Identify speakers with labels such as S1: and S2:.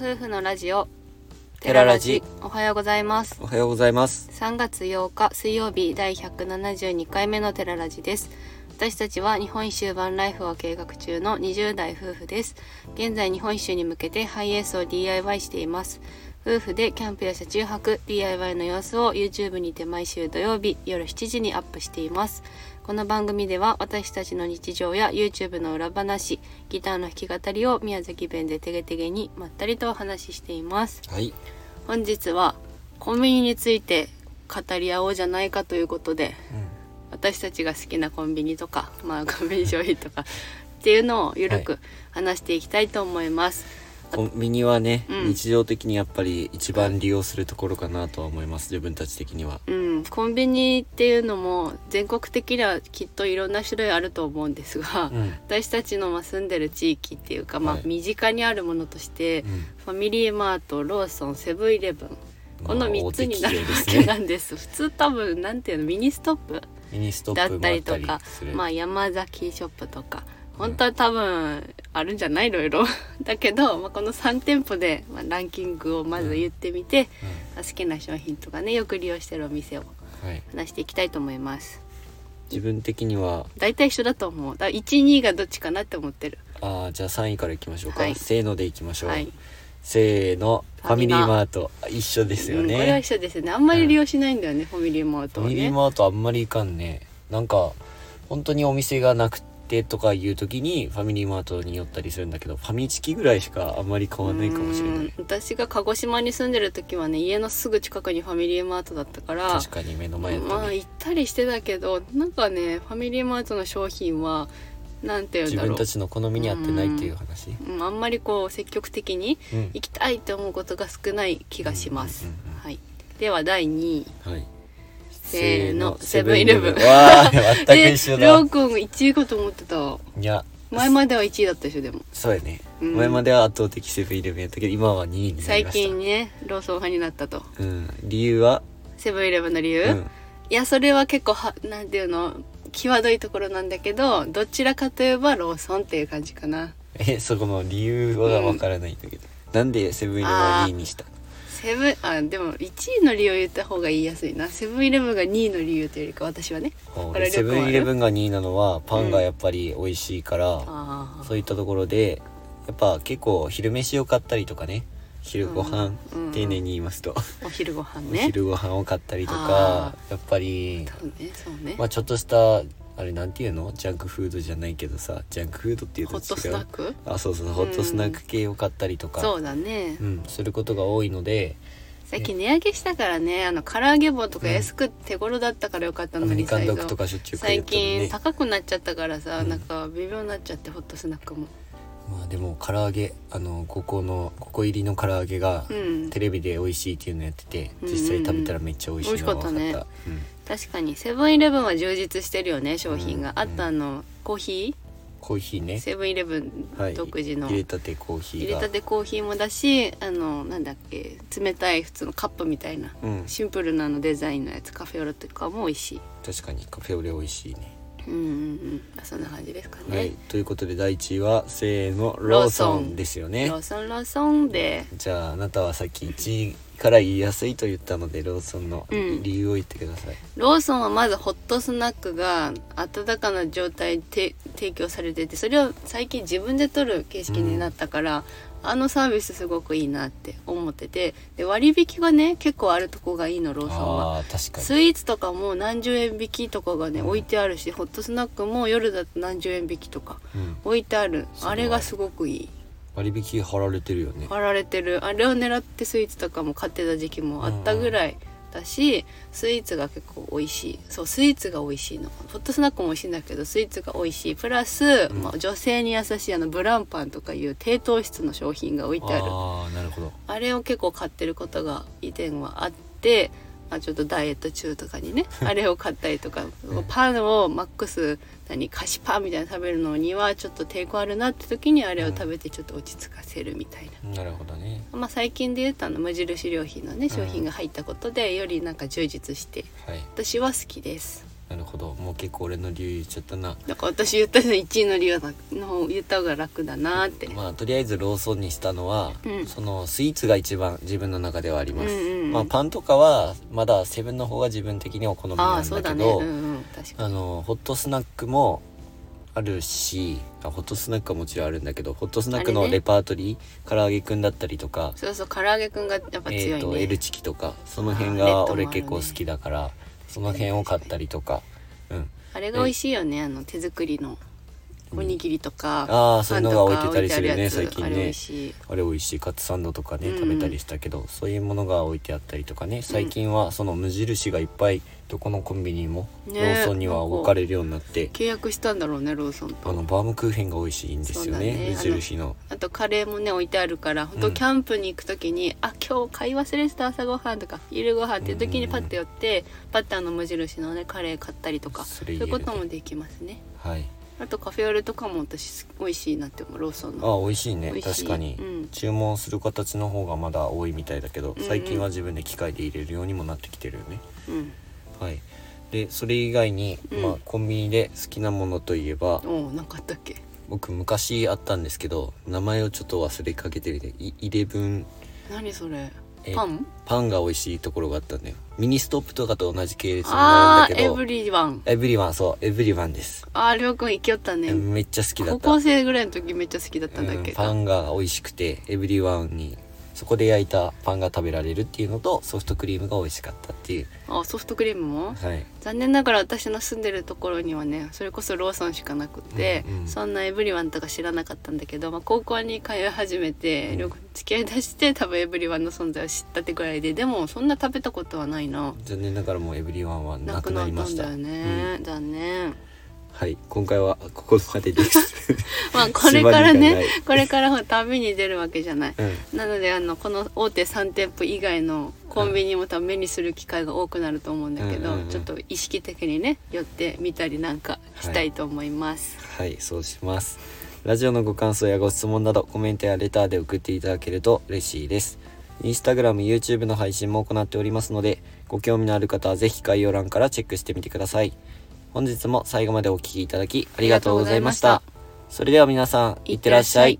S1: 夫婦のラジオ
S2: テララジ
S1: おはようございます
S2: おはようございます。
S1: 3月8日水曜日第172回目のテララジです私たちは日本一周バンライフを計画中の20代夫婦です現在日本一周に向けてハイエースを DIY しています夫婦でキャンプや車中泊 DIY の様子を YouTube にて毎週土曜日夜7時にアップしていますこの番組では私たちの日常や YouTube の裏話ギターの弾き語りを宮崎弁でてげてげにまったりとお話ししています
S2: はい。
S1: 本日はコンビニについて語り合おうじゃないかということで私たちが好きなコンビニとか、まあ、コンビニ消費 とかっていうのをゆるく話していきたいと思います。
S2: コンビニはね、
S1: うん
S2: 日常的にやっぱり一番利用するところかなとは思います。自分たち的には。
S1: うん、コンビニっていうのも全国的にはきっといろんな種類あると思うんですが、
S2: うん。
S1: 私たちのまあ住んでる地域っていうか、まあ
S2: はい、
S1: 身近にあるものとして、ファミリーマートローソンセブンイレブンこの3つになるわけな
S2: ね。
S1: んです。普通多分なんていうのミニストップ
S2: ミニスト
S1: だ
S2: ッ
S1: っ
S2: プ
S1: たりと
S2: もあ
S1: か
S2: ったりする。
S1: まあ山崎ショップとか本当は多分あるんじゃないいろいろ だけど、まあ、この3店舗で、まあ、ランキングをまず言ってみて、まあ好きな商品とかねよく利用してるお店を
S2: うんはい。
S1: 話していきたいと思います
S2: 自分的には、
S1: 大体一緒だと思うだ12がどっちかなって思ってる
S2: ああ、じゃあ3位からいきましょうか。
S1: はい
S2: せーのでいきましょう。
S1: はい
S2: せーの、
S1: フ
S2: フ
S1: ァ
S2: ァ
S1: ミ
S2: ミ
S1: マ
S2: リーマート。あ一緒ですよ
S1: うん、これは
S2: ね。
S1: 一緒ですねあんまり利用しないんだよね、ファミリーマー
S2: フ
S1: ト
S2: ァ
S1: は
S2: ミリー
S1: ね
S2: マートあんまりいかんね。なんか、本当にお店がなくてとかいう時にファミリーマートに寄ったりするんだけど、ファミチキぐらいしかあんまり買わないかもしれな
S1: う
S2: い
S1: ん。私が鹿児島に住んでる時はね家のすぐ近くにファミリーマートだったから
S2: 確かに目の前だった
S1: まあ
S2: ね
S1: 行ったりしてたけどなんかねファミリーマートの商品はなんて言うん
S2: 自
S1: だろ
S2: 分
S1: う
S2: たちの好みに合ってないっていう話
S1: うんあんまりこう積極的に
S2: うん
S1: 行きたいって思うことが少ない気がします、
S2: うんうんうんうん
S1: はい、では第2位
S2: はい
S1: せーの
S2: セブンイレブ
S1: セ
S2: ン
S1: ブンイレブン
S2: わあ全く一緒
S1: えりょ
S2: だ
S1: うくん1位かと思ってた
S2: いや
S1: 前までは1位だったでしょでも
S2: そうやね
S1: うん
S2: 前までは圧倒的セブンイレブンやったけど今は2位になり
S1: 最
S2: ました
S1: 近ねローソン派になったと
S2: うん理由は
S1: セブンイレブンの理由、
S2: うん
S1: いやそれは結構はなんていうの際どいところなんだけどどちらかといえばローソンっていう感じかな
S2: えそこの理由はわからないんだけどなんでセブンイレブンは2位にした
S1: セブンあでも1位の理由を言った方が言いやすいなセブンイレブンが2位の理由というよりか私はね
S2: あ
S1: これ
S2: 俺
S1: りょ
S2: セ
S1: うくん
S2: ブ
S1: は
S2: ンイレブンが2位なのはパンがやっぱり美味しいから
S1: あ
S2: そういったところでやっぱ結構昼飯を買ったりとかね昼ご飯
S1: うんうん
S2: 丁寧に言いますと
S1: お昼ご飯
S2: お
S1: ね
S2: 昼ご飯を買ったりと
S1: あ
S2: かやっぱり、
S1: そうねそうね、
S2: まあ、ちょっとしたあれなんていうのジャンクフードじゃないけどさジャンクフードっていうと
S1: ホ
S2: 違う
S1: ットスナック
S2: あそうそうホットスナック系を買ったりとか、
S1: そうだね、
S2: うんすることが多いので
S1: 最近値上げしたからねあの唐揚げ棒とか
S2: うん
S1: 安く手頃だったからよかった
S2: ア
S1: の
S2: メ
S1: に
S2: リカンドッグ
S1: サイズ
S2: と
S1: を
S2: かしょっちゅう食い
S1: 最
S2: よったのに
S1: 近
S2: ね
S1: 高くなっちゃったからさ、
S2: うん
S1: なんか微妙になっちゃってホットスナックも
S2: まあでも唐揚げあのここのここ入りの唐揚げが
S1: うん
S2: テレビで美味しいっていうのやってて
S1: うんうん
S2: 実際食べたらめっちゃ美味しいのが分かった,、
S1: 美味しかっ確かにセブンイレブンは充実してるよね商品が、
S2: うん
S1: あとあのコーヒ
S2: うん、コーヒー
S1: ー
S2: ね
S1: セブンイレブン
S2: はい
S1: 独自の、
S2: 入れたてコーヒ
S1: 入
S2: ー
S1: れ
S2: が
S1: たてコーヒーもだしあのなんだっけ冷たい普通のカップみたいな
S2: うん
S1: シンプルなのデザインのやつカフェオレとかも美味しい
S2: 確かにカフェオレ美味しいね
S1: うんうんうんまあそんな感じですかね、
S2: はい、ということで第1位はせーのローソンですよね
S1: ローソンローソンで
S2: じゃああなたはさっき1位から言いやすいと言ったのでローソンの
S1: うん
S2: 理由を言ってください、
S1: ローソンはまずホットスナックが温かな状態で提供されててそれを最近自分で取る形式になったから、あのサービスすごくいいなって思っててで割引がね結構あるとこがいいのローソンは。
S2: ああー確か
S1: スイーツとかも何十円引きとかがね、
S2: うん
S1: 置いてあるしホットスナックも夜だと何十円引きとか
S2: に、うん、
S1: 置いてある
S2: すごい
S1: あれがすごくいい
S2: 割引貼られてるよね
S1: 貼られてるあれを狙ってスイーツとかも買ってた時期もあったぐらいだし、スイーツが結構美味しいそうスイーツが美味しいのホットスナックも美味しいんだけどスイーツが美味しいプラス、
S2: ん
S1: まあ、女性に優しいあのブランパンとかいう低糖質の商品が置いてある
S2: ああなるほど
S1: あれを結構買ってることが以前はあって、まあ、ちょっとダイエット中とか にねあれを買ったりとかパンをマックス何菓子パンみたいなの食べるのにはちょっと抵抗あるなって時にあれを食べてちょっと落ち着かせるみたいな。
S2: なるほどね
S1: まあ、最近で言うとあの無印良品のね商品が入ったことでよりなんか充実して
S2: はい
S1: 私は好きです
S2: なるほどもう結構俺の理由言っちゃったな
S1: だから私言ったの1位の理由の方言った方が楽だなって、
S2: まあとりあえずローソンにしたのは、
S1: うん
S2: そのスイーツが一番自分の中ではあります、
S1: うんうんうん
S2: まあパンとかはまだセブンの方が自分的にはお好み
S1: あ
S2: な
S1: あ
S2: ん
S1: そう
S2: だ
S1: だ
S2: け
S1: ね
S2: ど
S1: うんうん確か
S2: あのホットスナックもあるしあホットスナックはもちろんあるんだけどホットスナック
S1: あ
S2: の
S1: れね
S2: レパートリー、唐揚げくんだったりとか、
S1: そうそう唐揚げくんがやっぱ
S2: え
S1: 強
S2: ー
S1: い
S2: と
S1: ね、
S2: L チキとかその
S1: あー
S2: 辺
S1: レッドもあ
S2: が
S1: るね
S2: 俺結構好きだから、その辺を買ったりとか、うん、
S1: あれが美味しいよねあの手作りのおにぎりとか、
S2: んあーそ
S1: パ
S2: ういう
S1: ン
S2: の
S1: と
S2: が
S1: か
S2: 置いてたりするよ
S1: 置
S2: ね
S1: いて
S2: 最近
S1: あ
S2: ね
S1: るやつあれ美味しい
S2: あれ美味しいカツサンドとかね
S1: うん
S2: 食べたりしたけど、そういうものが置いてあったりとかね最近はその無印がいっぱいどこのコンビニもロ
S1: ね
S2: ーソンには置かれるようになって、
S1: 契約したんだろうねローソン
S2: あ
S1: と
S2: のバームクーヘンが美味しいんです
S1: そう
S2: よね
S1: だね
S2: 無印の
S1: あとカレーもね置いてあるから本
S2: う
S1: 当
S2: ん
S1: キャンプに行く時に、あ今日買い忘れてた朝ごはんとか昼ごはんっていう時にパッと寄って、パッとあの無印のねカレー買ったりとか
S2: そ
S1: そう
S2: れ
S1: い
S2: 言え
S1: う
S2: る
S1: こ
S2: ね
S1: ともできますね
S2: はい
S1: あとカフェオレとかも私美味しいなって思うローソンの
S2: あ美味しいね
S1: 美味しい
S2: 確かに、
S1: うん
S2: 注文する形の方がまだ多いみたいだけど
S1: うんうん
S2: 最近は自分で機械で入れるようにもなってきてるよね、
S1: うん
S2: はいでそれ以外に、
S1: うん
S2: まあ、コンビニで好きなものといえば
S1: おおなんかあったっけ
S2: 僕昔あったんですけど名前をちょっと忘れかけてるでイイレブン
S1: 何それ
S2: え
S1: パン
S2: パンが美味しいところがあったんだよミニストップとかと同じ系列にな
S1: あ
S2: る
S1: ー
S2: んだけ
S1: エ
S2: ど
S1: ブリワン
S2: エブリワンそうエブリワンです、
S1: あーりょうくん行きよったね
S2: めっちゃ好きだ
S1: 高
S2: った
S1: 校生ぐらいの時めっちゃ好きだったんだっけ
S2: うん、パンが美味しくてエブリワンにそこで焼いたパンが食べられるっていうのとソフトクリームが美味しかったっていう
S1: あソフトクリームも
S2: はい
S1: 残念ながら私の住んでるところにはねそれこそローソンしかなくて、
S2: うんうん
S1: そんなエブリワンとか知らなかったんだけど、まあ、高校に通い始めて、
S2: うん
S1: りょうくん付き合いだして多分エブリワンの存在を知ったってぐらいででもそんな食べたことはないな
S2: 残念ながらもうエブリワンはな
S1: な
S2: く
S1: く
S2: な
S1: なっ
S2: り
S1: た
S2: まし
S1: ん
S2: た
S1: だよね、残念
S2: うんはい今回はここまでです
S1: まあこれからね
S2: 縛りがない
S1: これから旅に出るわけじゃない
S2: うん
S1: なのであのこの大手3店舗以外のコンビニも多分目にする機会が多くなると思うんだけど、
S2: うんうんうん
S1: ちょっと意識的にね寄ってみたりなんかしたいと思います。
S2: はいそうしますラジオのご感想やご質問などコメントやレターで送っていただけると嬉しいですインスタグラム YouTube の配信も行っておりますのでご興味のある方はぜひ概要欄からチェックしてみてください本日も最後までお聴きいただきありがとうございましたそれでは皆さんいってらっしゃい